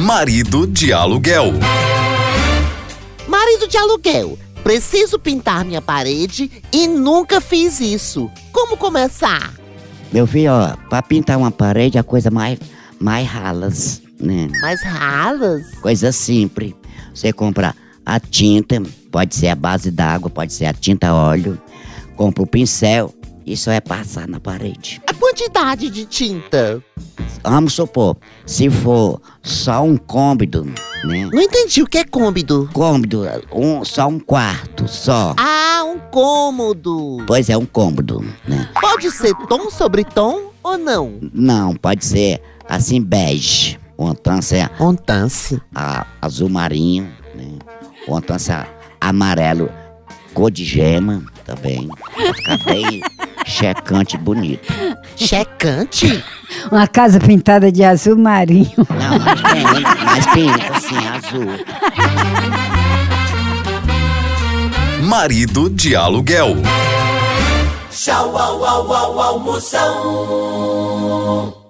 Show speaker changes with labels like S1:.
S1: Marido de aluguel.
S2: Marido de aluguel, preciso pintar minha parede e nunca fiz isso. Como começar?
S3: Meu filho, ó, pra pintar uma parede é a coisa mais, mais ralas, né?
S2: Mas ralas?
S3: Coisa simples. Você compra a tinta, pode ser a base d'água, pode ser a tinta óleo. Compra o pincel e só é passar na parede.
S2: A quantidade de tinta?
S3: Vamos supor, se for só um cômodo, né?
S2: Não entendi o que é cômodo.
S3: Cômodo, um, só um quarto, só.
S2: Ah, um cômodo.
S3: Pois é, um cômodo, né?
S2: Pode ser tom sobre tom ou não?
S3: Não, pode ser assim bege. Ou então ser
S2: Ontance.
S3: a- azul marinho, né? Ou então ser amarelo, cor de gema também. Pra Ficar bem checante e bonito.
S2: Checante?
S4: Uma casa pintada de azul marinho.
S3: Não, mas tem, mas pinta assim, azul.
S1: Marido de aluguel.
S5: Tchau, au, au, au, almoção.